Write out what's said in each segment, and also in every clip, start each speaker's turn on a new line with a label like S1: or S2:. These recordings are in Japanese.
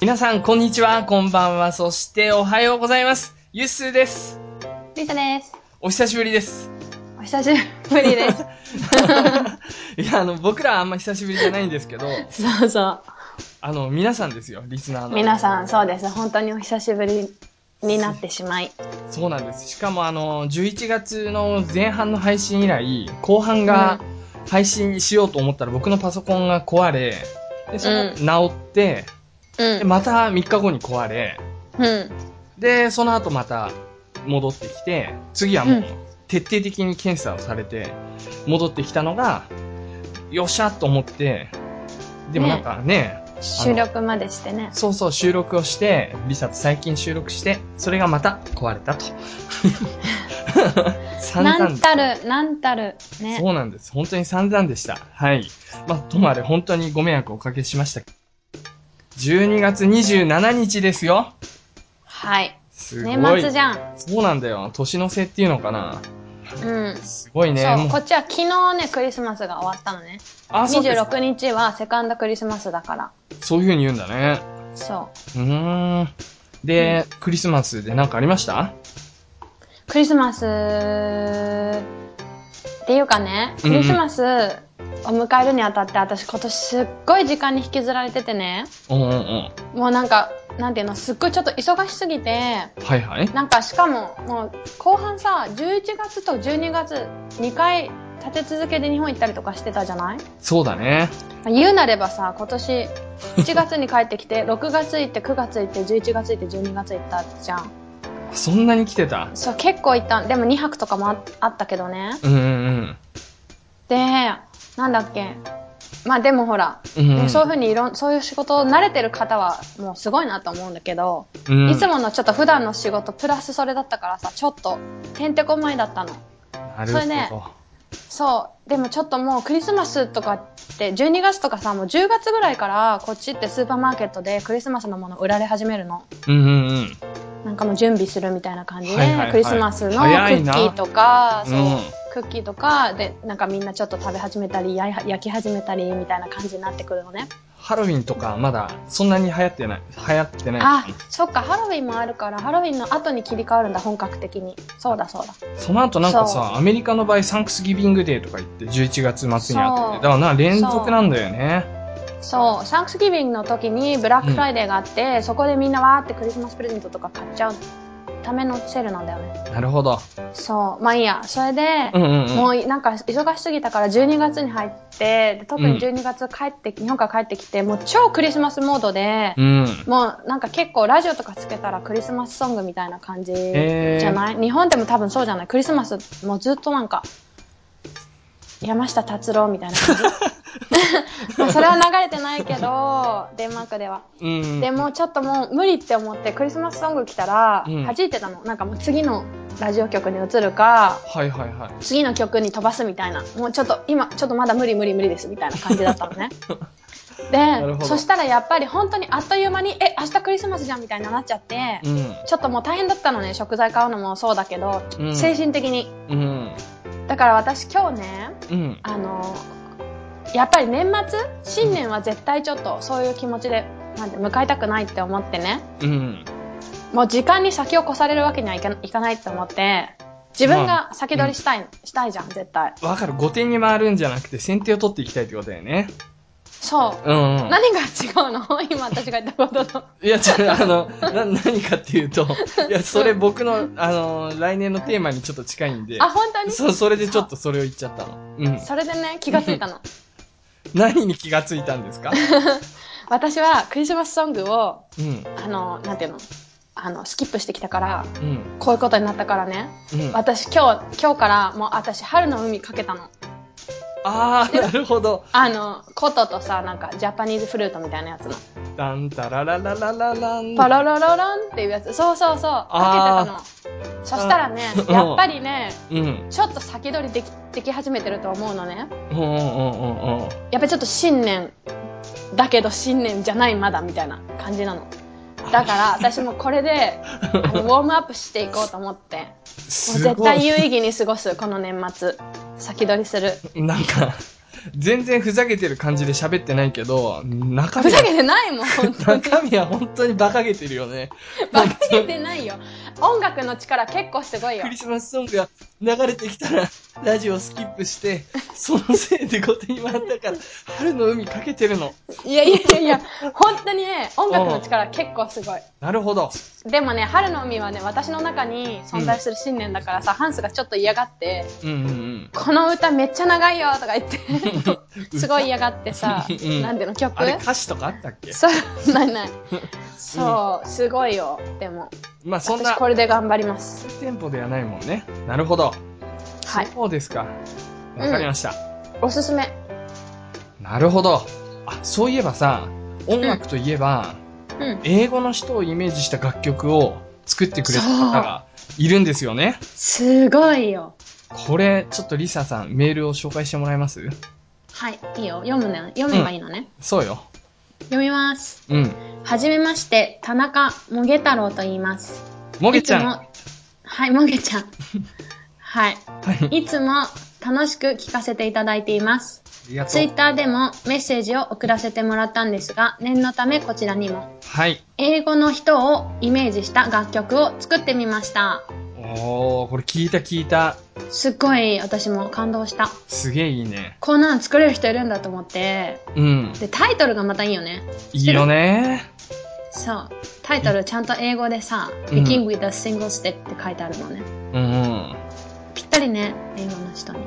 S1: 皆さん、こんにちは、こんばんは、そしておはようございます。ゆっすーです。
S2: リサです。
S1: お久しぶりです。
S2: お久しぶりです。
S1: いや、あの、僕らはあんま久しぶりじゃないんですけど、
S2: そうそ
S1: あの、皆さんですよ、リスナー
S2: う。
S1: の。
S2: 皆さん、そうです。本当にお久しぶりになってしまい。
S1: そうなんです。しかも、あの、11月の前半の配信以来、後半が配信しようと思ったら、僕のパソコンが壊れ、で、その、
S2: うん
S1: 治って、
S2: う
S1: で、。また3日後に壊れ、
S2: うん。
S1: で、その後また戻ってきて、次はも
S2: う
S1: うん徹底的に検査をされて、戻ってきたのが、よっしゃと思って、でもなんかね、
S2: 収録までしてね。
S1: そうそう収録をして、リサと最近収録して、それがまた壊れた と。散
S2: な
S1: 々
S2: んたる、なんたる。ね。
S1: そうなんです。本当に散々でした。はい。まあ、ともあれ本当にご迷惑をおかけしました。12月27日ですよ。
S2: はい。
S1: すごい。
S2: 年末じゃん。
S1: そうなんだよ。年の瀬っていうのかな。
S2: うん。
S1: すごいね。
S2: そう、
S1: も
S2: こっちは昨日ね、クリスマスが終わったのね。
S1: あ、そうです。
S2: 26日はセカンドクリスマスだから。
S1: そういう風に言うんだね。
S2: そう
S1: ーん。で、クリスマスで何かありました
S2: う。クリスマスっていうかね、クリスマスを迎えるにあたって、私今年すっごい時間に引きずられててね。
S1: うんうんうん。
S2: もうなんか、なんていうの、すっごいちょっと忙しすぎて、
S1: はいはい。
S2: なんかしかも、もう後半さ、11月と12月、2回立て続けで日本行ったりとかしてたじゃない
S1: そうだね。
S2: 言うなればさ、今年、7月に帰って きて、6月行って、9月行って、11月行って、12月行ったじゃん。
S1: そんなに来てた
S2: そう、結構行った。でも2泊とかもああったけどね。
S1: うんうん
S2: で、なんだっけ。まあでもほら、
S1: うん。うん、うん。
S2: そういうふうにいろん、そういう仕事慣れてる方はもうすごいなと思うんだけど、
S1: うん
S2: いつものちょっと普段の仕事プラスそれだったからさちょっとてんてこまいだったの
S1: な
S2: それ
S1: る
S2: ね
S1: ほど。
S2: そうでもちょっともうクリスマスとかって12月とかさもう10月ぐらいからこっちってスーパーマーケットでクリスマスのもの売られ始めるの
S1: うんうんうん。
S2: なんかもう準備するみたいな感じで、
S1: はいはいはい
S2: クリスマスのク
S1: 早い
S2: ッキ
S1: な
S2: ーとかそう、
S1: うん
S2: クッキーとかでなんかみんなちょっと食べ始めたりやい焼き始めたりみたいな感じになってくるのね
S1: ハロウィンとかまだそんなに流行ってない。流行ってない。
S2: あそっかハロウィンもあるからハロウィンの後に切り替わるんだ本格的にそうだそうだ
S1: その後なんか
S2: そ
S1: さ、アメリカの場合サンクスギビングデーとか言って11月末にあって
S2: そ
S1: て。だ
S2: う
S1: からな、連続なんだよね。
S2: そう、サンクスギビングの時にブラックフライデーがあって、そこでみんなわーってクリスマスプレゼントとか買っちゃうためのセールなんだよね。
S1: なるほど。
S2: そう、まあいいや。それで、
S1: うんうんうん。
S2: もうなんか忙しすぎたから12月に入って、で特
S1: うん
S2: に12月帰って、日本から帰ってきて、もう超クリスマスモードで、
S1: うん。
S2: もうなんか結構ラジオとかつけたらクリスマスソングみたいな感じ
S1: へー
S2: じゃない、日本でも多分そうじゃないクリスマスもうずっとなんか山下達郎みたいな 感じまあそれは流れてないけ どデンマークでは
S1: うんうん。
S2: でもうちょっともう無理って思ってクリスマスソング来たら
S1: うん
S2: 弾いてたの、なんかもう次のラジオ局に移るか
S1: はいはいはい。
S2: 次の曲に飛ばすみたいなもうちょっと今ちょっとまだ無理無理無理ですみたいな感じだったの ね
S1: るほ
S2: で
S1: ど
S2: そしたらやっぱり本当にあっという間にえ明日クリスマスじゃんみたいになっちゃって、
S1: うん。
S2: ちょっともう大変だったのね食材買うのもそうだけど、
S1: うん
S2: 精神的に
S1: うん。
S2: だから私今日ね
S1: うん。
S2: あのやっぱり年末新年は絶対ちょっとそういう気持ちでなんて迎えたくないって思ってね
S1: うん。
S2: もう時間に先を越されるわけにはいかいかないって思って自分が先取りしたい、したいじゃん絶対
S1: わかる。後手に回るんじゃなくて先手を取っていきたいってことだよね。
S2: そう
S1: うん、うん。
S2: 何が違うの 今私が言ったことと。
S1: いや、違う、あの、な、何かっていう と、いや、それ僕の、あの、来年のテーマにちょっと近いんで、
S2: あ、本当に
S1: そう、それでちょっとそれを言っちゃったの。うん。
S2: それでね、気がつい たの。
S1: 何に気がついたんですか
S2: 私はクリスマスソングを、
S1: うん、
S2: あの、なんていうのあの、スキップしてきたから、
S1: うん、
S2: こういうことになったからね。
S1: うん。あ
S2: 私今日、今日からもう私春の海かけたの。
S1: あー、なるほど。
S2: あの、琴とさ、なんかジャパニーズフルートみたいなやつの。
S1: ダンタララララララン。
S2: パロロロロンっていうやつ。そうそうそう。かけてたの。そしたらね、
S1: うん
S2: やっぱりね、
S1: うん。うん、
S2: ちょっと先取りでき、でき始めてると思うのね。
S1: うん、うん、うんうん。
S2: やっぱりちょっと新年だけど新年じゃないまだみたいな感じなのだから私もこれ であのウォームアップしていこうと思ってもう
S1: す
S2: 絶
S1: ご
S2: 対
S1: い。
S2: 有意義に過ごすこの年末先取りする
S1: なんか、全然ふざけてる感じで喋ってないけど、中
S2: ふ
S1: 身
S2: ざ
S1: は
S2: け、てないもん、本当に。
S1: 中身は本当に馬鹿げてるよね。
S2: バカげてないよ。音楽の力結構すごいよ
S1: ク。リスマスソングが流れてきたら、ラジオスキップして、そのせいで後手に回ったから、春の海かけてるの。
S2: いやいやいやいや、本当にね、音楽の力結構すごい。
S1: なるほど。
S2: でもね、春の海はね、私の中に存在する信念だからさ、ハンスがちょっと嫌がって、
S1: うんうんうん。、
S2: この歌めっちゃ長いよとか言って、すごい嫌がってさ
S1: うん
S2: なんていうの、曲
S1: あれ歌詞とかあったっけ
S2: そう、ないない。そう、すごいよ。でも、
S1: まあそん
S2: 私
S1: な
S2: これで頑張ります。
S1: テンポではないもんね。なるほど。
S2: はい。
S1: そうですか。わかりました。
S2: おすすめ。
S1: なるほど。あ、そういえばさ、音楽といえば、
S2: うん。
S1: 英語の人をイメージした楽曲を作ってくれた方がいるんですよね。
S2: すごいよ。
S1: これ、ちょっとリサさん、メールを紹介してもらえます
S2: はい、いいよ。読むね。読めばいいのね。
S1: そうよ。
S2: 読みます。
S1: うん。
S2: はじめまして、田中もげ太郎と言います。
S1: もげちゃん。
S2: いつ
S1: は
S2: も。はい、もげ ちゃん。はい。
S1: い。
S2: いつも楽しく聞かせていただいています。
S1: ありがと
S2: ツイ
S1: う
S2: ッ。ターでもメッセージを送らせてもらったんですが、念のためこちらにも。
S1: はい。
S2: 英語の人をイメージした楽曲を作ってみました。
S1: おー、これ聞いた聞いた。
S2: すっごい私も感動した。
S1: すげえいいね。
S2: こんなの作れる人いるんだと思って。
S1: うん。
S2: で、タイトルがまたいいよね。
S1: いいよね。
S2: そう。タイトルちゃんと英語でさ、
S1: うん
S2: Begin with a single step って書いてあるのね。
S1: うんうん。
S2: ぴったりね、英語の人に。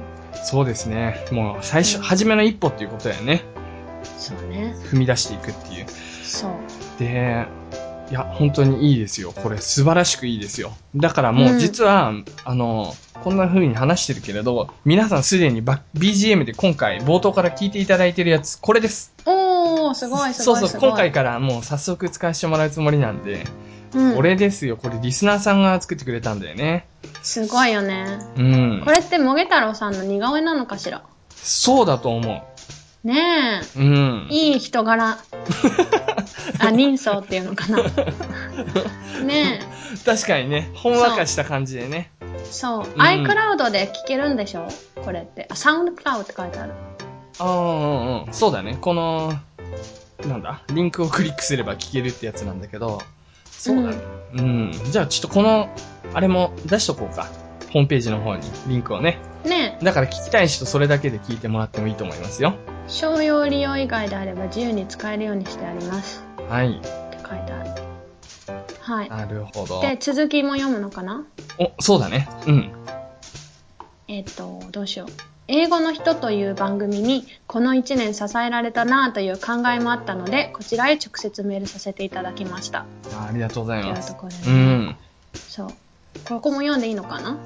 S1: そうですね。もう最初、
S2: うん
S1: 初めの一歩っていうことだよね。
S2: そうね。
S1: 踏み出していくっていう。
S2: そう。
S1: で、いや、本当にいいですよ。これ素晴らしくいいですよ。だからもう
S2: うん
S1: 実は、あの、こんな風に話してるけれど、皆さんすでにバ BGM で今回冒頭から聞いていただいてるやつ、これです。
S2: おー、すごいす
S1: そ
S2: ご
S1: う
S2: いすごい。
S1: そう、今回、からもう早速使わせてもらうつもりなんで、
S2: うん、
S1: これですよ。これリスナーさんが作ってくれたんだよね。
S2: すごいよね。
S1: うん
S2: こ。れってもげ太郎さんの似顔絵なのかしら
S1: そうだと思
S2: ね
S1: う。うん
S2: え、。いい人 柄。あ、人相っていうのかな。ね
S1: 確かにね、ほんわかした感じでね。
S2: え、そう。
S1: ん
S2: iCloud で聴けるんでしょこれって。あ、SoundCloud って書いてある。
S1: ああ、うんうん。そうだね。この、なんだ、リンクをクリックすれば聞けるってやつなんだけど、そうだね。うん。じゃあちょっとこの、あれも出しとこうか。ホームページの方にリンクをね。
S2: ねえ、
S1: だから聞きたい人それだけで聞いてもらってもいいと思いますよ。
S2: 商用利用以外であれば自由に使えるようにしてあります。
S1: はい。
S2: って書いてある。はい。
S1: なるほど。
S2: で、続きも読むのかな
S1: お、そうだね。うん。
S2: えっと、どうしよう。英語の人という番組にこの1年支えられたなぁという考えもあったので、こちらへ直接メールさせていただきました。
S1: あありがとうござい
S2: とい
S1: ま
S2: う
S1: す
S2: と。ころで、
S1: う
S2: ね
S1: ん。
S2: そう。ここも読んでいいのかな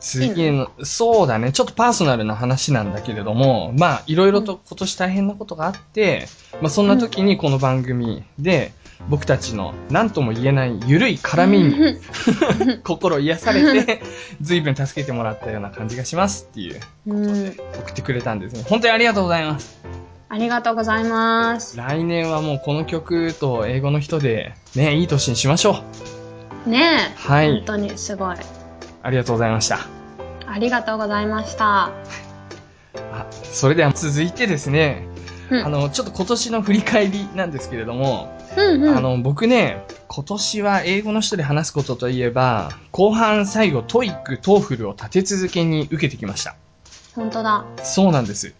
S1: 次の、そうだね。ちょっとパーソナルな話なんだけれども、まあ、いろいろと今年大変なことがあって、まあ、そんな時にこの番組で、僕たちの何とも言えないゆるい絡みに心癒されて、随分助けてもらったような感じがしますっていう、
S2: うん。
S1: 送ってくれたんですね。本当にありがとうございます。
S2: ありがとうございます。
S1: 来年はもうこの曲と英語の人で、ね、いい年にしましょう。
S2: ねえ。
S1: はい
S2: 本当にすごい。
S1: ありがとうございました。
S2: ありがとうございました。
S1: あそれでは続いてですね、
S2: うん
S1: あの、ちょっと今年の振り返りなんですけれども、
S2: うんうん。
S1: あの、僕ね、今年は英語の人で話すことといえば、後半最後トイック、トーフルを立て続けに受けてきました。
S2: 本当だ。
S1: そうなんです。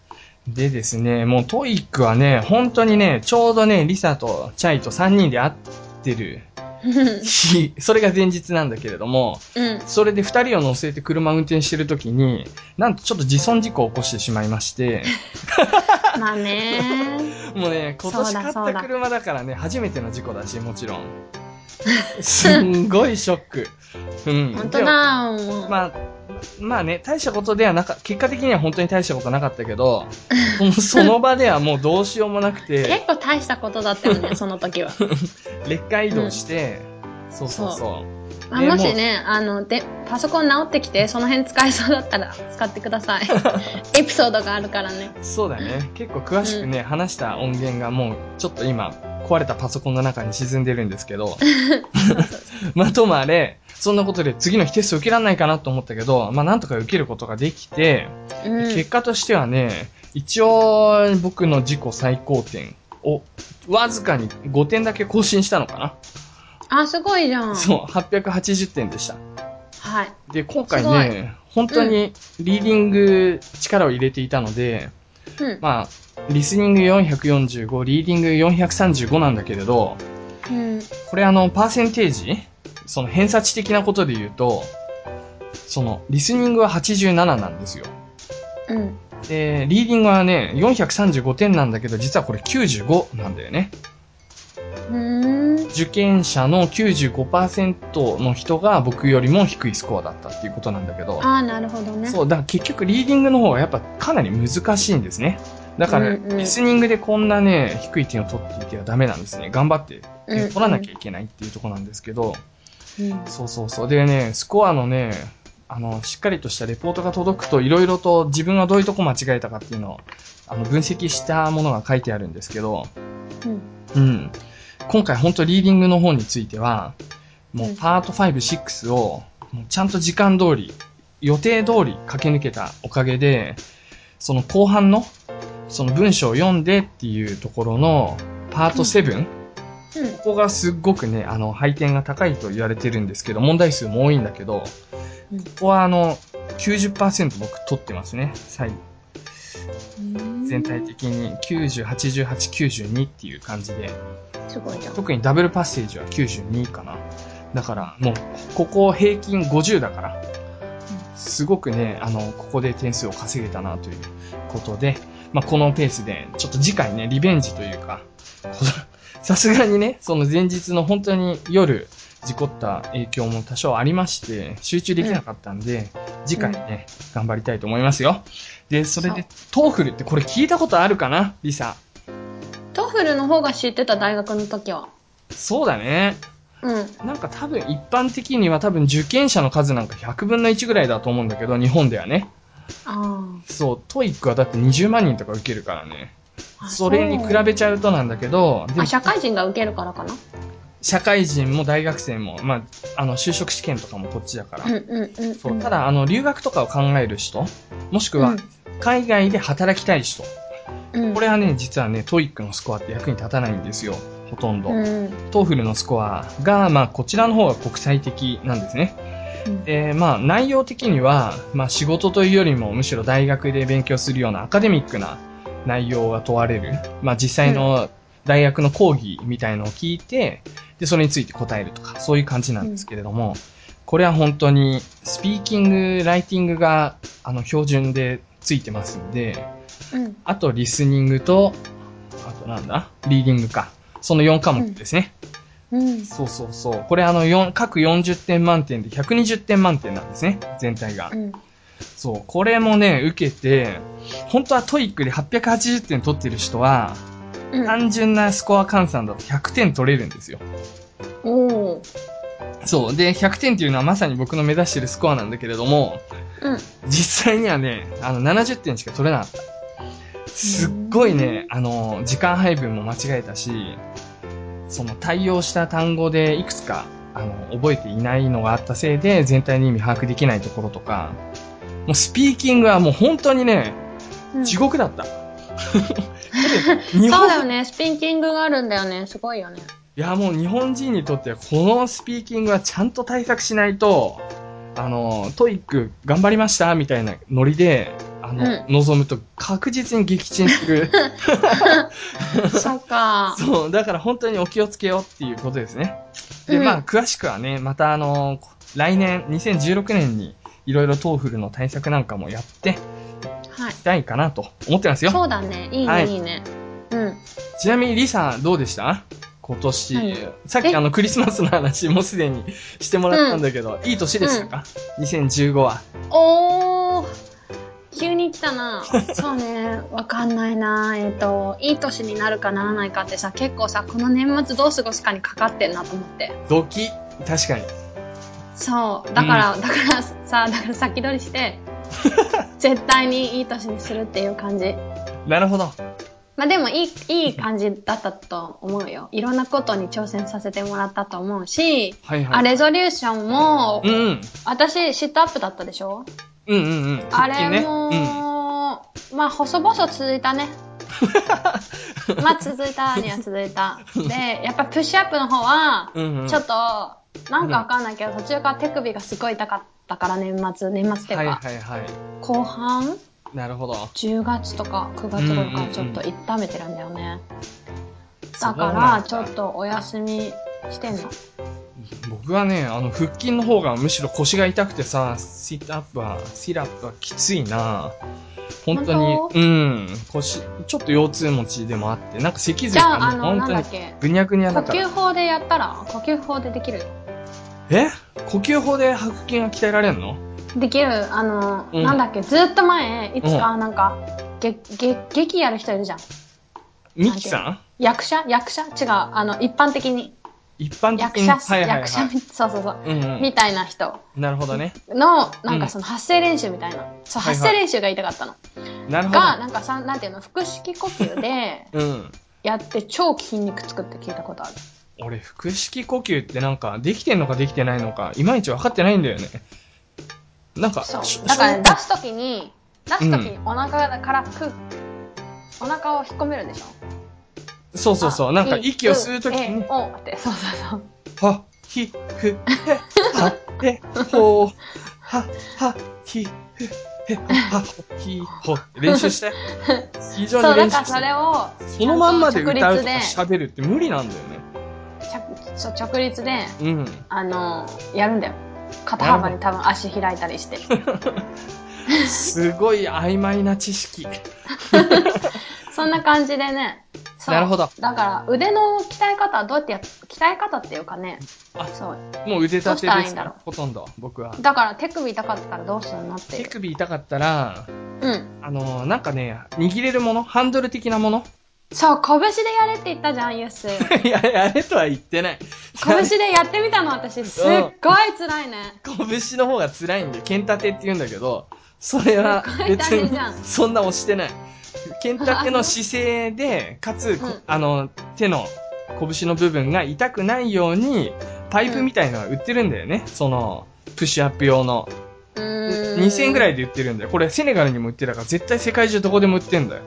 S1: でですね、もうトイックはね、本当にね、ちょうどね、リサとチャイと3人で会ってる
S2: う
S1: 日、それが前日なんだけれども、
S2: ん。
S1: それで2人を乗せて車運転してる時に、なんとちょっと自損事故を起こしてしまいまして、
S2: まあね
S1: もうね、今
S2: そ
S1: 年
S2: う
S1: 買
S2: だ
S1: った車だからね、初めての事故だし、もち ろん。すんごいショック。うん。
S2: 本当だも
S1: でも
S2: う。
S1: まあ、まあね、大したことではなか、結果的には本当に大したことなかったけ ど、もうその場ではもうどうしようもなく
S2: 結
S1: て、
S2: 構大したことだった よね、その時は。
S1: 劣化移動して、そうそうそう。
S2: あ
S1: ね
S2: もし
S1: も
S2: ね、あの、で、パソコン直ってきて、その辺使えそうだったら使ってく ださい。エピソードがあるからね。
S1: そうだね。結構詳しくね、話した音源がもう、ちょっと今、壊れたパソコンの中に沈んでるんですけど、まあともあれ、そんなことで次の日テスト受けられないかなと思ったけど、まあなんとか受けることができて、
S2: うん。
S1: 結果としてはね、一応、僕の自己最高点を、わずかに5点だけ更新したのかな、
S2: あ、すごいじゃん。
S1: そう、880点でした。
S2: はい。
S1: で、今回
S2: す
S1: ね、本当にリーディング力を入れていたので、
S2: うん。
S1: まあ、リスニング445、リーディング435なんだけれど、
S2: うん。
S1: これあの、パーセンテージその偏差値的なことで言うと、その、リスニングは87なんですよ。
S2: うん。
S1: で、リーディングはね、435点なんだけど、実はこれ95なんだよね。
S2: うーん。
S1: 受験者の95%の人が僕よりも低いスコアだったっていうことなんだけど、
S2: ああ、なるほどね。
S1: そう、だから結局リーディングの方がやっぱかなり難しいんですね。だから、
S2: うんうん
S1: リスニングでこんなね、低い点を取っていてはダメなんですね。頑張って、ね
S2: うんうん
S1: 取らなきゃいけないっていうところなんですけど、
S2: うん。
S1: そうそうそう。でね、スコアのね、あの、しっかりとしたレポートが届くと、いろいろと自分がどういうとこ間違えたかっていうのを、あの、分析したものが書いてあるんですけど、
S2: うん。
S1: うん。今回本当リーディングの方については、も
S2: う
S1: うんパート5、6を、もうちゃんと時間通り、予定通り駆け抜けたおかげで、その後半の、その文章を読んでっていうところの、パート7、
S2: うん
S1: ここがすっごくね、あの、配点が高いと言われてるんですけど、問題数も多いんだけど、
S2: うん
S1: ここはあの、90%僕取ってますね。最全体的に90、88、92っていう感じで、
S2: すごいじゃん。
S1: 特にダブルパッセージは92かな。だから、もう、ここ平均50だから、すごくね、あの、ここで点数を稼げたなということで、まあ、このペースで、ちょっと次回ね、リベンジというか、 このさすがにね、その前日の本当に夜、事故った影響も多少ありまして、集中できなかったんで、次回ね、頑張りたいと思いますよ。で、それで、トーフルってこれ聞いたことあるかなリサ。
S2: トフルの方が知ってた大学の時は。
S1: そうだね。
S2: うん。
S1: なんか多分一般的には多分受験者の数なんか100分の1ぐらいだと思うんだけど、日本ではね。
S2: あ
S1: そう、トイックはだって20万人とか受けるからね。
S2: あ。
S1: それに比べちゃうとなんだけど、で
S2: あ、
S1: も
S2: 社会人が受けるからかな。
S1: 社会人も大学生も、まあ、あの、就職試験とかもこっちだから
S2: うん。うんうん。
S1: そう、ただ、あの、留学とかを考える人、もしく
S2: う
S1: は
S2: ん、
S1: 海外で働きたい人。
S2: うん、
S1: これはね、実はね、トイックのスコアって役に立たないんですよ。ほとんど。
S2: うん。
S1: トーフルのスコアが、まあ、こちらの方が国際的なんですね。
S2: うん
S1: で、まあ、内容的には、まあ、仕事というよりも、むしろ大学で勉強するようなアカデミックな内容が問われる。まあ、実際の大学の講義みたいのを聞いて、で、それについて答えるとか、そういう感じなんですけれども、これは本当に、スピーキング、ライティングが、あの、標準でついてますんで、
S2: うん。
S1: あと、リスニングと、あとなんだリーディングか。その4科目ですね。
S2: うん。
S1: そうそうそう。これあの、4各40点満点で120点満点なんですね。全体が
S2: う。ん。
S1: そう。これもね、受けて、本当はトイックで880点取ってる人は、
S2: うん。
S1: 単純なスコア換算だと100点取れるんですよ。
S2: おー。
S1: そう。で、100点っていうのはまさに僕の目指してるスコアなんだけれども、
S2: うん。
S1: 実際にはね、あの、70点しか取れなかった。すっごいね、あの、時間配分も間違えたし、その対応した単語でいくつか、あの、覚えていないのがあったせいで、全体の意味把握できないところとか、もうスピーキングはもう本当にね、
S2: うん
S1: 地獄だった。 日
S2: そう
S1: 本
S2: だよね。スピンキングがあるんだよね。すごいよね。
S1: いや、もう日本人にとってはこのスピーキングはちゃんと対策しないと、あの、トイック頑張りましたみたいなノリで、あの、
S2: う
S1: 望むと確実に撃沈す る。
S2: そっか。
S1: そう、だから本当にお気をつけようっていうことですね。で、
S2: うん
S1: まあ、詳しくはね、またあの、来年、2016年に、いろいろトーフルの対策なんかもやってい
S2: はい
S1: き。たいかなと思ってますよ。
S2: そうだね。いい
S1: は
S2: ね、
S1: い
S2: いいね。うん。
S1: ちなみに、リサ、どうでした今年、
S2: 何
S1: さっきあの、クリスマスの話、もうすでにしてもらったんだけど、いい年でしたか、?2015 は。
S2: おー急に来た な。そうね。わかんないな。えっ、と、いい年になるかならないかってさ、結構さ、この年末どう過ごすかにかかってんなと思って。
S1: ドキ確かに。
S2: そう。だから、だからさ、だから先取りして、 絶対にいい年にするっていう感じ。
S1: なるほど。
S2: まあでもいい、いい感じだったと思うよ。いろんなことに挑戦させてもらったと思うし、
S1: はいはい。
S2: あ、レゾリューションも
S1: う、んうん。
S2: 私、シットアップだったでしょ
S1: うんうんうん。
S2: あ
S1: 腹筋
S2: れ
S1: ねうん。
S2: も、まあ、細々続い たね。まあ、続いたには続いた。で、やっぱプッシュアップの方は、
S1: うんうん
S2: ちょっと、なんかわかんないけど、途中から手首がすごい痛かったから、年末、年末っていう
S1: はい
S2: か、
S1: はいはい。
S2: 後半
S1: なるほど。
S2: 10月とか9月頃からちょっと痛めてるんだよね。だから、ち
S1: そう
S2: ょ
S1: なんだ
S2: っとお休みしてんの。
S1: 僕はね、あの、腹筋の方がむしろ腰が痛くてさ、シットアップは、シラップはきついな本当に
S2: 本、当
S1: うん、腰、ちょっと腰痛持ちでもあって、なんか脊髄
S2: じゃあ、
S1: が
S2: あ
S1: ね、
S2: の、
S1: 本
S2: なん
S1: 当
S2: だ
S1: に
S2: っけ。
S1: ぐにゃぐにゃ
S2: 呼
S1: だから
S2: 吸。法でやったら、呼吸法でできるよ。
S1: え呼吸法で腹筋が鍛えられんの
S2: できる、あの、
S1: うん
S2: なんだっけ、ずーっと前、いつ
S1: う
S2: か、なんか、げ、げ、劇やる人いるじゃん。
S1: ミキさ
S2: 役者役者違う。あの、一般的に。
S1: ん一般
S2: 役
S1: 的に。
S2: 者、
S1: はいはいは
S2: 役者
S1: い。
S2: み、そうそうそう。
S1: うんうん
S2: みたいな人
S1: なるほどね。
S2: の、なん
S1: う
S2: か
S1: ん
S2: その発声練習みたいな。そう、
S1: はいはい
S2: 発声練習が言いたかったの。
S1: なるほ
S2: が、
S1: ど。
S2: なんかさ、なんていうの、腹式呼吸で
S1: うん。
S2: やって超筋肉作って聞いたことある。
S1: 俺、腹式呼吸ってなんか、できてんのかできてないのか、いまいち分かってないんだよね。なんか、
S2: そ
S1: し
S2: う。だからね、
S1: しょ
S2: 出すときに、出すときにお腹から空気、お腹を引っ込めるでしょ
S1: そうそうそう。なんか、
S2: いい
S1: 息を吸うとき
S2: え
S1: に、
S2: おって、そうそうそう。
S1: は、ひ、ふ、へ、は、へ、ほー、は、は、ひ、ふ、へ、は、ひ、ほ。練習して。非
S2: そう、
S1: 常に
S2: だ
S1: 練
S2: か
S1: 習
S2: らそ
S1: して。
S2: れを、
S1: そのまんまで歌うとか
S2: ちゃん
S1: 喋るって無理なんだよね。
S2: 直立で、ちゃそう直立で、
S1: うん。
S2: あの、やるんだよ。肩幅に多分足開いたりして。
S1: すごい曖昧な知識。
S2: そんな感じでね。そう
S1: なるほど
S2: だから、腕の鍛え方はどうやってやっ、鍛え方っていうかね。
S1: あ
S2: そう。
S1: もう腕立て
S2: どうした
S1: で
S2: らいい
S1: す
S2: んだろ
S1: かほとんど、僕は。
S2: だから、手首痛かったらどうするのってい
S1: 手
S2: う。
S1: 首痛かったら、
S2: うん。
S1: あのーなんかね、握れるものハンドル的なもの
S2: そう、拳でやれって言ったじゃん、ユー ス。
S1: いや、やれとは言ってない。
S2: 拳でやってみたの、私。すっごい辛いね。
S1: 拳の方が辛いんで、剣立てって言うんだけど、それは
S2: すっごい
S1: 別
S2: 大変じゃん
S1: に、そんな押してない。剣立ての姿勢で、かつ、こ
S2: うん
S1: あの、手の拳の部分が痛くないように、パイプみたいのが売ってるんだよね。その、プッシュアップ用の。
S2: うーん。
S1: 2000円ぐら
S2: い。
S1: いで売ってるんだよ。これセネガルにも売ってたから、絶対世界中どこでも売ってんだよ。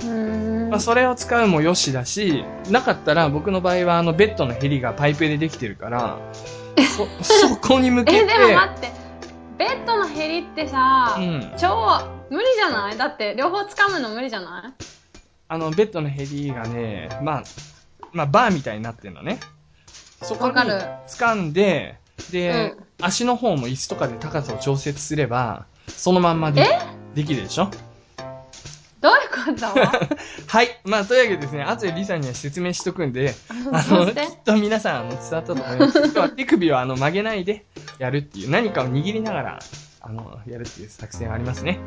S2: うーん。
S1: まあ、それを使うもよしだし、なかったら僕の場合はあのベッドのヘリがパイプでできてるから、そ、 そこに向けて、
S2: え、でも待って。ベッドのヘリってさ、
S1: うん
S2: 超無理じゃないだって、両方掴むの無理じゃない
S1: あの、ベッドのヘリがね、まあ、まあ、バーみたいになってんのね。そこに
S2: わかる
S1: 掴んで、で、足の方も椅子とかで高さを調節すれば、そのまんまでできるでしょ
S2: どういうこ
S1: はい。まあ、というわけでですね、後でリサには説明しとくんで、
S2: と
S1: あ
S2: そ
S1: の、
S2: し
S1: き
S2: て
S1: っと皆さん、あの、伝わったと思い ます。今日は手首をあの曲げないでやるっていう、何かを握りながら、あの、やるっていう作戦はありますね。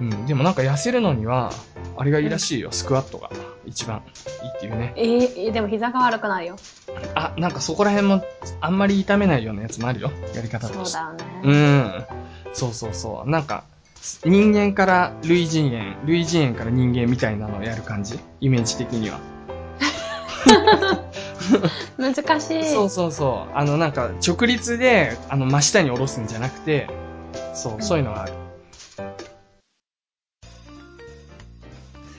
S1: うん、でもなんか痩せるのには、あれがいいらしいよ、スクワットが。一番いいっていうね。
S2: えーえーでも膝が悪くなるよ。
S1: あ、なんかそこら辺も、あんまり痛めないようなやつもあるよ、やり方
S2: そう
S1: として
S2: だ。よね。
S1: うん。そうそうそう。なんか、人間から類人猿、類人猿から人間みたいなのをやる感じイメージ的には。
S2: 難しい。
S1: そうそうそう。あの、なんか、直立で、あの、真下に下ろすんじゃなくて、そう、そういうのがある。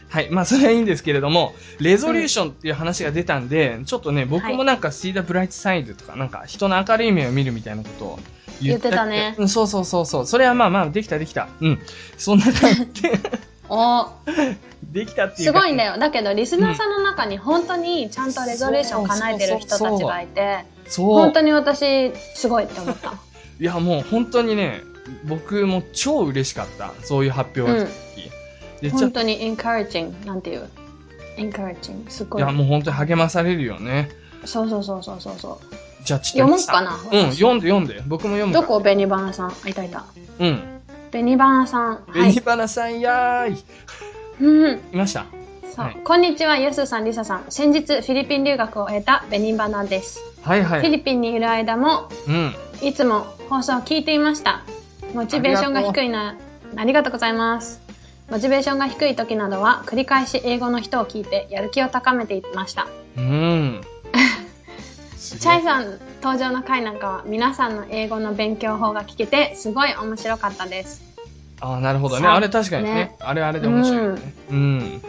S1: はい。まあ、それはいいんですけれども、レゾリューションっていう話が出たんで、ちょっとね、僕もなんか、シーダブライトサイドとか、なんか、人の明るい目を見るみたいなことを言った
S2: 言ってたね
S1: うんそうそうそうそう。それはまあまあ、できたできた。うん。そんな感じで、
S2: お
S1: できたっていう
S2: す
S1: か
S2: ごいんだよ。だけど、リスナーさんの中に本当にちゃんとレゾリューションを叶えてる人たちがいて、
S1: そう。
S2: 本当に私、すごいって思った。
S1: いや、もう本当にね、僕も超嬉しかった。そういう発表が来た時。で、ちょ
S2: 本
S1: っと、
S2: 当に encouraging。なんていう ?encouraging。すご
S1: い
S2: い。
S1: や、もう本当に励まされるよね。
S2: そうそうそうそうそうそう。
S1: じゃあ、ちょっ
S2: 読
S1: と
S2: も
S1: リ
S2: う
S1: サ。
S2: かな。
S1: うん、読んで読んで。僕も読むから
S2: どこベニバナさん。あいたいた。
S1: うん。
S2: ベニバナさん。は
S1: 紅
S2: い。
S1: 花さんやーい。
S2: うん。
S1: いました
S2: そう、
S1: はい
S2: こんにちは、ヤスさん、リサさん。先日、フィリピン留学を終えたベニバナです。
S1: はいは
S2: フィ
S1: い。
S2: リピンにいる間も、
S1: うん。
S2: いつも放送を聞いていました。モチベーションが低いな、ありがとうございます。モチベーションが低い時などは、繰り返し英語の人を聞いて、やる気を高めていました。
S1: うん。す
S2: チ
S1: ごい
S2: ャイさん登場の回なんかは、皆さんの英語の勉強法が聞けて、すごい面白かったです。
S1: ああ、なるほどね。
S2: さ
S1: あれ確かにね。
S2: ね
S1: あれあれで面白いよね。うん。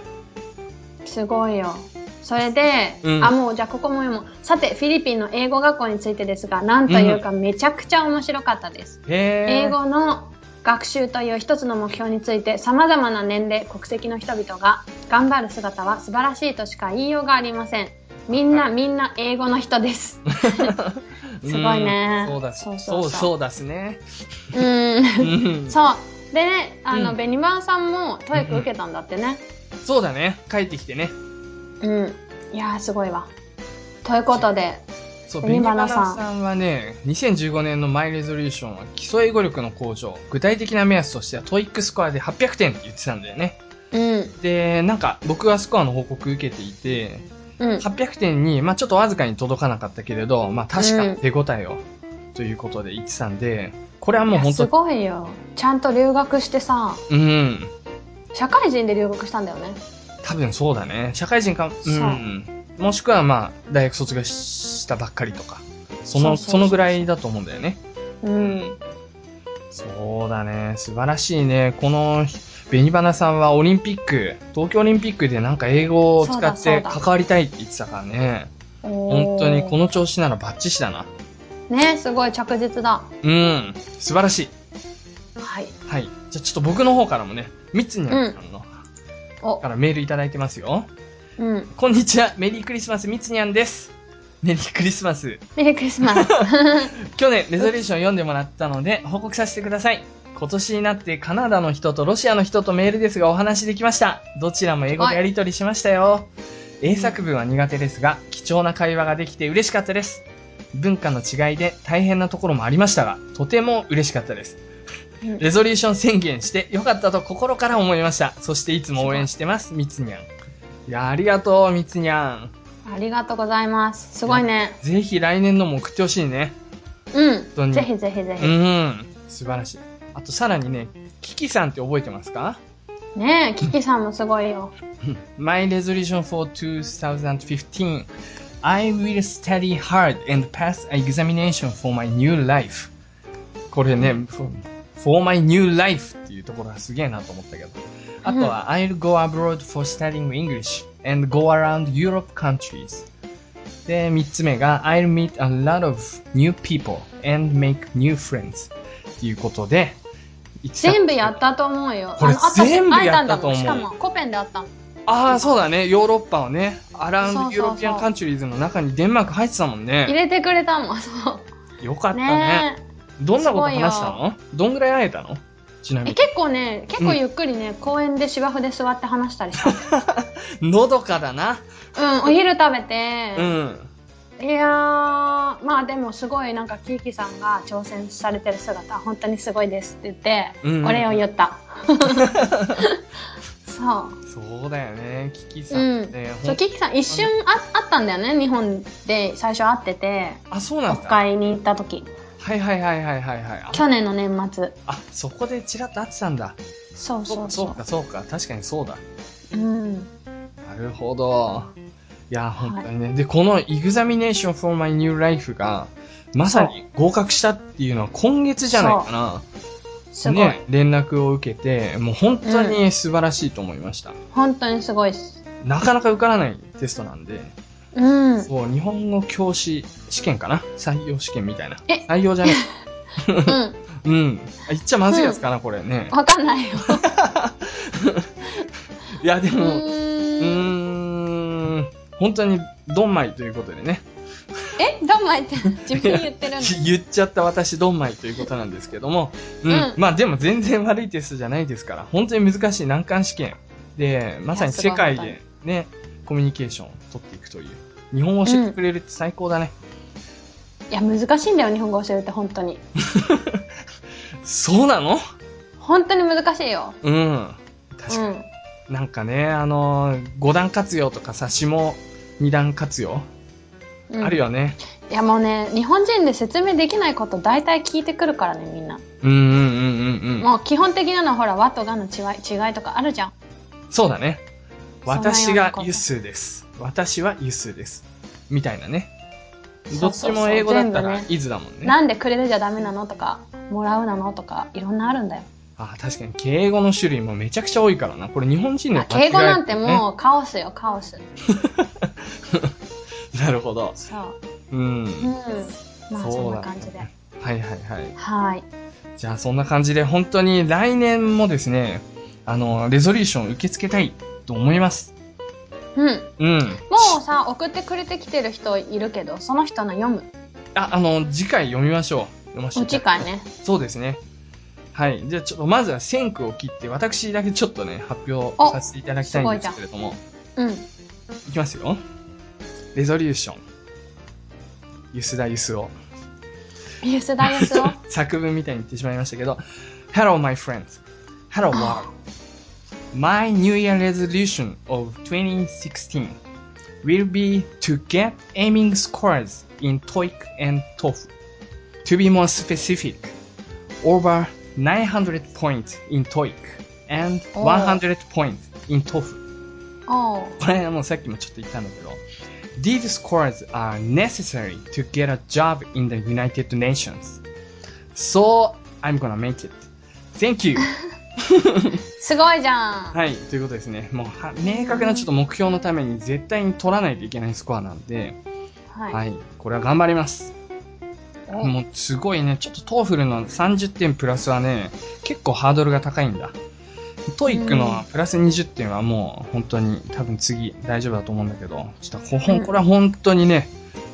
S2: すごいよ。それで、
S1: うん
S2: あ、もう、じゃあここも読もう。さて、フィリピンの英語学校についてですが、なんというかめちゃくちゃ面白かったです。
S1: へえ。
S2: 英語の学習という一つの目標について様々な年齢国籍の人々が頑張る姿は素晴らしいとしか言いようがありませんみんなみんな英語の人です
S1: うん
S2: すごいね
S1: そうだし
S2: そ
S1: そ
S2: うそう
S1: そ
S2: うそうう
S1: だし ね。
S2: うーん
S1: うん。そ
S2: そうでねあの、
S1: うん
S2: ベニバーさんもトイック受けたんだってね
S1: うだね。帰ってきてね。
S2: うんいやーすごいわということで
S1: そう、ベ
S2: 紅
S1: ニバ
S2: 花
S1: ナ
S2: さん
S1: さんはね、2015年のマイレゾリューションは基礎英語力の向上、具体的な目安としてはトイックスコアで800点って言ってたんだよね。
S2: うん
S1: で、なんか僕はスコアの報告受けていて、
S2: うん
S1: 800点に、まあちょっとわずかに届かなかったけれど、まあ確かに手応えを、ということで言ってたんで、これはもう
S2: いや
S1: 本
S2: す
S1: 当
S2: ごいよちゃんと留学してさ
S1: うん。
S2: 社会人で留学したんだよね
S1: 多分そうだね。社会人か、う。
S2: そうん
S1: もしくはまあ、大学卒業したばっかりとか、その、
S2: そうそうそう
S1: そのぐらいだと思うんだよね。
S2: うん
S1: そうだね。素晴らしいね。この、紅花さんはオリンピック、東京オリンピックでなんか英語を使っ
S2: そう
S1: て
S2: だそうだ
S1: 関わりたいって言ってたからね。
S2: 本
S1: 本当にこの調子ならバッチシだな。
S2: ねすごい着実だ
S1: うん。素晴らしい。
S2: はい
S1: はい。じゃあちょっと僕の方からもね、三つにゃんさんの、
S2: お
S1: からメールいただいてますよ。
S2: うん。
S1: こんにちは。メリークリスマス三つにゃんです。メリークリスマス。
S2: メリークリ スマス。
S1: 去年レゾリューション読んでもらったので報告させてください今年になってカナダの人とロシアの人とメールですがお話できましたどちらも英語でやり取りしましたよ英作文は苦手ですが貴重な会話ができて嬉しかったです文化の違いで大変なところもありましたがとても嬉しかったです
S2: うん
S1: レゾリューション宣言してよかったと心から思いましたそしていつも応援してますみつにゃんいやありがとうみつにゃん
S2: ありがとうございます。すごいね。
S1: ぜひ来年のも送ってほしいね当
S2: う
S1: に
S2: ん。ぜひぜひぜ
S1: うん、素晴らしい。あとさらにね、キキさんって覚えてますか
S2: ひ。ねえ、キキさんもすごいよ。
S1: ?My resolution for 2015 I will study hard and pass an examination for my new life これね、for, for my new life っていうところがすげえなと思ったけど。あとは、I'll go abroad for studying English and go around Europe countries で、3つ目が I'll meet a lot of new people and make new friends っていうことで、
S2: 全部やったと思うよ。
S1: これ
S2: あのあ
S1: 全部
S2: 会えんだ
S1: やったと
S2: も
S1: 思う
S2: んしかも、コペンであったの。
S1: ああ、そうだね。ヨーロッパはね、アラウン
S2: そう
S1: ド
S2: そう
S1: ヨー
S2: そう
S1: ロピアンカンチュリーズの中にデンマーク入ってたもん
S2: 入
S1: ね。
S2: れてくれたもん、 そう。
S1: よかったね。
S2: ね
S1: どんなこと話したのどんぐらい会えたのちな
S2: え。え
S1: み
S2: 結構ね、結構ゆっくりね、公園で芝生で座って話したりした。
S1: に。のどかだな。
S2: うん、お昼食べ
S1: う
S2: て、
S1: ん。
S2: いやー、まあでもすごいなんかキキさんが挑戦されてる姿、本当にすごいですって言って、
S1: うん
S2: お礼を言 った。そう。
S1: そうだよね。キキさ
S2: うんん
S1: ね。ほん
S2: そうキキさん一瞬ああったんだよね日本で最初会ってて
S1: あ、そうなん
S2: 国
S1: だ。はい
S2: 会に行った時
S1: はいはいはいはいはい。あ
S2: 去年の年末
S1: あ、そこでチラッと会ってたんだ。
S2: そう
S1: そ
S2: そうう
S1: かそう
S2: そ
S1: かそうか。確かにそうだ。
S2: ううん
S1: なるほど。いや、本当にね。で、この Examination for My New Life が、まさに合格したっていうのは今月じゃないかな。
S2: すごい、
S1: ね、連絡を受けて、もう本当に素晴らしいと思いました。
S2: 本当にすごいっす
S1: なかなか受からないテストなんで、
S2: うんうん
S1: そう、日本語教師試験かな採用試験みたいな。
S2: え
S1: 採用じゃ ねえ。うん。あ言っちゃまずいやつかな、これね。
S2: わかんないよ
S1: いや、で
S2: う
S1: も、 う
S2: ーん
S1: ーん、本当にドンマイということでね。
S2: えどんまいって自分 言ってるんだ
S1: 言っちゃった私ドンマイということなんですけども、うん、
S2: うん
S1: まあでも全然悪いテストじゃないですから、本当に難しい難関試験で、まさに世界
S2: いや
S1: でね、コミュニケーションを取っていくという。日本語を教えてくれるって最高だね。
S2: いや難しいんだよ日本語教えるって本当に
S1: そうなの
S2: 本当に難しいよ
S1: うん。確
S2: う
S1: か
S2: ん
S1: に。なんかね、あのー、5段活用とかさ、下2段活用、
S2: うん
S1: あるよね。
S2: いやもうね日本人で説明できないこと大体聞いてくるからねみんな
S1: うんうんうんうんうん。
S2: もう基本的なのはほら和とがの違い違いとかあるじゃん
S1: そうだね。
S2: そんなようなこと
S1: 私がユスです。私はユスです。みたいなね。ど
S2: そうそうそう
S1: っちも英語だったら
S2: 全部
S1: イズだもんね。
S2: なんでくれるじゃダメなのとか、もらうなのとか、いろんなあるんだよ。
S1: あ、確かに敬語の種類もめちゃくちゃ多いからな。これ日本人の
S2: あ敬語なんて
S1: 間違いだよね
S2: もうカオスよ、カオス。
S1: なるほど。
S2: そう。
S1: うん。
S2: うん。まあ、そ
S1: そ
S2: ん
S1: う
S2: な
S1: だね
S2: 感じで。
S1: はいはいはい。
S2: はい。
S1: じゃあそんな感じで本当に来年もですね、あの、レゾリューション受け付けたいと思います。
S2: うん。
S1: うん。
S2: もうさ、送ってくれてきてる人いるけど、その人の読む。
S1: あ、あの、次回読みましょう。読ませていただ
S2: 次
S1: き
S2: 回ね。
S1: そうですね。はい。じゃあちょっとまずは先句を切って、私だけちょっとね、発表
S2: お
S1: させていただきたいんですけれども。
S2: うん。
S1: いきますよ。レゾリューション。ゆすだゆすを。
S2: ユスダユス を。
S1: 作文みたいに言ってしまいましたけど。Hello, my friends.Hello,
S2: あ
S1: world.My New Year resolution of 2016 will be to get aiming scores in TOEIC and TOEFL. To be more specific, over 900 points in TOEIC and
S2: お
S1: 100 points in E TOEFL.
S2: おう。
S1: これはもうさっきもちょっと言ったんだけど、These scores are necessary to get a job in the United Nations. So, I'm gonna make it. Thank you!
S2: すごいじゃん。
S1: はい、ということですね。もうは、明確なちょっと目標のために絶対に取らないといけないスコアなんで、
S2: は。
S1: はいい、これは頑張ります。
S2: お
S1: もうすごいね、ちょっとトーフルの30点プラスはね、結構ハードルが高いんだ。トイックのプラス20点はもう本当に多分次大丈夫だと思うんだけど、ちょっとこほ
S2: うん
S1: んこれは本当にね、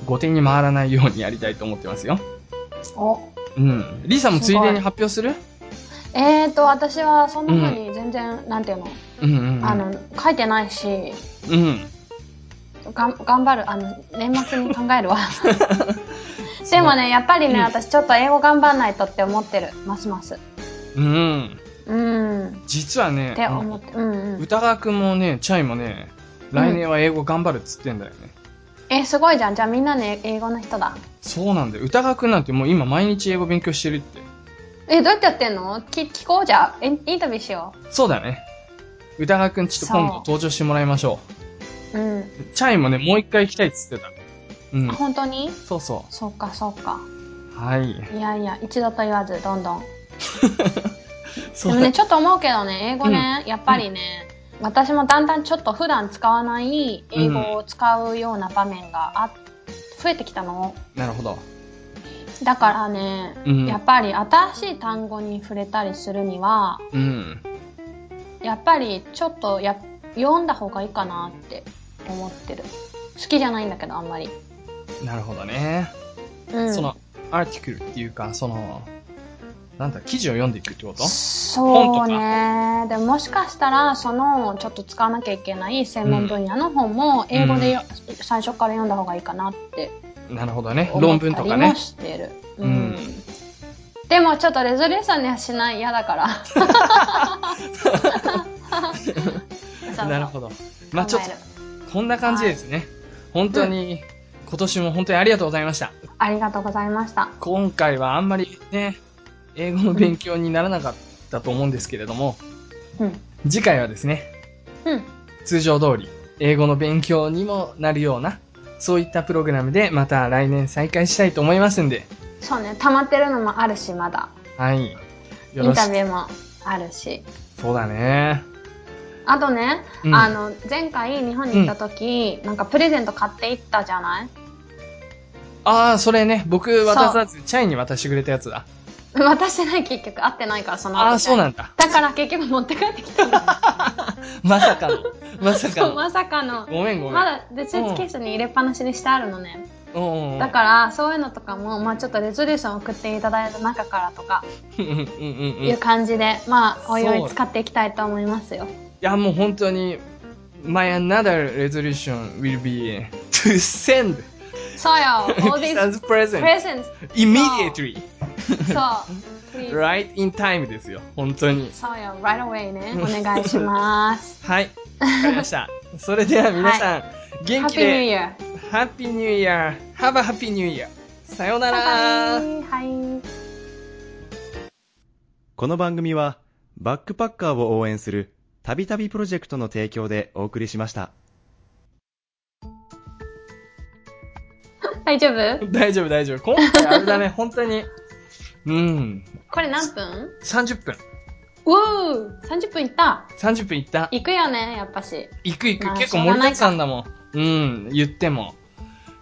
S1: 5点に回らないようにやりたいと思ってますよ。
S2: お
S1: うん。リーさんもついでに発表する
S2: えーと、私はそんな風に全然、なんていうの、
S1: うんうんうん。
S2: あの、書いてないし、
S1: うん。
S2: がん頑張る。あの、年末に考え るわ。でもね、やっぱりね、私ちょっと英語頑張んないとって思ってる。ますます。
S1: うん。
S2: うん。っ
S1: 実はね、
S2: て思って、うんうん。
S1: 歌川くんもね、チャイもね、来年は英語頑張るっつってんだよね。
S2: え、すごいじゃん。じゃあみんなね、英語の人だ。
S1: そうなんだよ。歌川くんなんてもう今毎日英語勉強してるって。
S2: え、どうやってやってんのき聞こうじゃあ。えインタビューしよ
S1: そうだね。歌川くんちょっと今度
S2: そう
S1: 登場してもらいましょ
S2: う。うん。
S1: う。チャイもね、もう一回行きたいっつってたね。うん
S2: あ。本当に
S1: そうそ
S2: そうか、そうか。
S1: う。はい。
S2: いやいや、一度と言わず、どんどん。で
S1: そ
S2: も
S1: うだ
S2: ね、ちょっと思うけどね、英語ね、やっぱりね、私もだんだんちょっと普段使わない英語を使うような場面があ、増えてきたの。
S1: なるほど。
S2: だからね、
S1: うん
S2: やっぱり新しい単語に触れたりするには、
S1: うん。
S2: やっぱりちょっとや読んだ方がいいかなって思ってる。好きじゃないんだけど、あんまり。
S1: なるほどね。
S2: うん。
S1: その、アーティクルっていうか、その、なんだ、記事を読んでいくってこと
S2: そうね。でももしかしたら、その、ちょっと使わなきゃいけない専門分野の方も、英語でよ、最初から読んだ方がいいかなって
S1: なるほどね。
S2: 思
S1: 論
S2: った
S1: 文と
S2: り
S1: か
S2: も
S1: ね。
S2: してる。
S1: う
S2: うんん。でもちょっとレゾリューションにはしない嫌だから。そう
S1: なるほど。まあちょ
S2: 考
S1: っ
S2: える
S1: と、こんな感じですね。本当に、今年も本当にありがとうございました。
S2: ありがとうございました。
S1: 今回はあんまりね、英語の勉強にならなかったと思うんですけれども、
S2: うん。
S1: 次回はですね、
S2: うん。
S1: 通常通り英語の勉強にもなるようなそういったプログラムでまた来年再開したいと思いますんで
S2: そうね。溜まってるのもあるし、まだ。
S1: はい
S2: イ
S1: よ
S2: ン
S1: ろし
S2: タ
S1: く
S2: ビューもあるし。
S1: そうだね
S2: あとね、
S1: うん
S2: あの、前回日本に行った時、なんかプレゼント買って行ったじゃない
S1: ああそれね僕
S2: う
S1: 渡さずチャイに渡してくれたやつだ
S2: 渡してない結局会ってないからその
S1: ああそうなんんだ
S2: だから結局持って帰ってきたんだ
S1: まさ かのまさか
S2: そう
S1: の
S2: まさかの
S1: ごめんごめん、
S2: まだでスーツケースに入れっぱなしにしてあるのね、
S1: うんうん
S2: だからそういうのとかも、まあ、ちょっとレゾリューション送っていただいた中からとか
S1: うんうんうんうん
S2: い
S1: いう
S2: 感じで、まあおいお
S1: そ
S2: いう使っていきたいと思いますよ
S1: やもう本当に My another resolution will be to send
S2: そうよ all these
S1: Kisan's present
S2: presents
S1: immediately
S2: そう please
S1: right in time ですよ本当に
S2: そうよ right away ねお願いします
S1: はい。わかりました。それでは皆さん、元気
S2: Happy New
S1: で、
S2: Year
S1: ハッピーニューイヤー、ハブハッピーニューイヤー。さようなら。
S2: バイバイはい
S3: この番組はバックパッカーを応援するたびたびプロジェクトの提供でお送りしました。
S2: 大丈夫
S1: 大丈夫、大丈夫。今回あれだね、本当に。うん。
S2: これ何分
S1: 30分。
S2: うおー !30 分いった
S1: 30分いった。
S2: 行くよね、やっぱし。
S1: 行く行
S2: まあ
S1: く。結構盛りだくさんだもん。うん、言っても。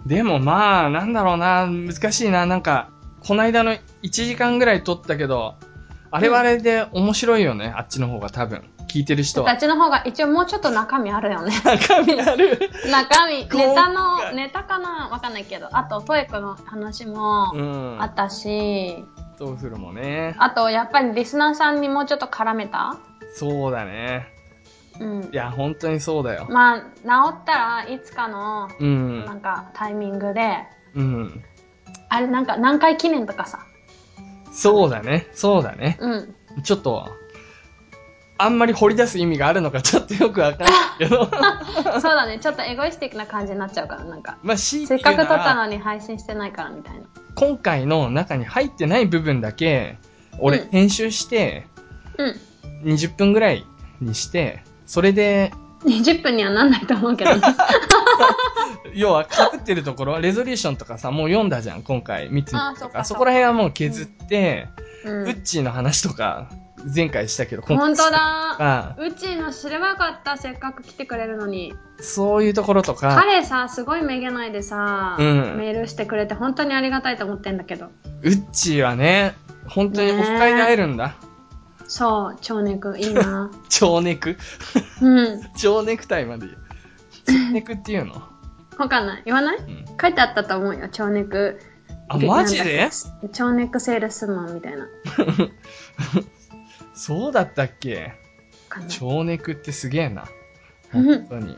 S1: でもまあ、なんだろうな、難しいな。なんか、こないだの1時間ぐらい撮ったけど、あれはあれで面白いよね。あっちの方が多分。聞いてる人
S2: あっ
S1: は。
S2: ちの方が一応もうちょっと中身あるよね。
S1: 中身ある。
S2: 中身、
S1: 今回
S2: ネタの、ネタかなわかんないけど。あと、トイックの話
S1: う
S2: も
S1: ん。
S2: あったし、
S1: どうするもね。
S2: あと、やっぱりリスナーさんにもうちょっと絡めた
S1: そうだね。
S2: うん
S1: い。や、本当にそうだよ。
S2: まあ、治ったらいつかの、
S1: う。
S2: なんんか、タイミングで、
S1: うん。
S2: あれ、なんか、何回記念とかさ。
S1: そうだね。そうだね。
S2: うん。
S1: ちょっと、あんまり掘り出す意味があるのかちょっとよくわかんないけ ど。
S2: そうだね。ちょっとエゴイスティックな感じになっちゃうから、なんか。
S1: まあ、C
S2: せっかく撮ったのに配信してないから、みたいな。
S1: 今回の中に入ってない部分だけ、俺
S2: うん
S1: 編集して、
S2: うん。
S1: 20分ぐらいにして、それで、
S2: 20分にはなんないと思うけ どね。
S1: 要は被ってるところ、レゾリューションとかさ、もう読んだじゃん、今回、三つ
S2: あ
S1: と
S2: そっ
S1: か。
S2: か
S1: そこら辺はもう削って、
S2: う
S1: ウ
S2: ん
S1: ッチーの話とか、前回したけど、今回
S2: 本
S1: し
S2: 当
S1: た
S2: だ。
S1: あ
S2: うちの知ればよかった、せっかく来てくれるのに。
S1: そういうところとか、
S2: 彼さ、すごいめげないでさ、
S1: うん
S2: メールしてくれて本当にありがたいと思ってんだけど。
S1: ウッチーはね、本当にオフ会で会えるんだ。
S2: そう、蝶ネク、いい な。
S1: 蝶ネク
S2: うん。
S1: 蝶ネクタイまで言う。蝶ネクっていうの
S2: わかんない。言わない
S1: ん
S2: 書いてあったと思うよ、蝶ネク。
S1: あ、マジ
S2: なん
S1: で
S2: だっけ蝶ネクセールスマンみたいな。わ
S1: そうだったっけ
S2: かんない。
S1: 蝶ネクってすげえな。
S2: うん
S1: 本当に。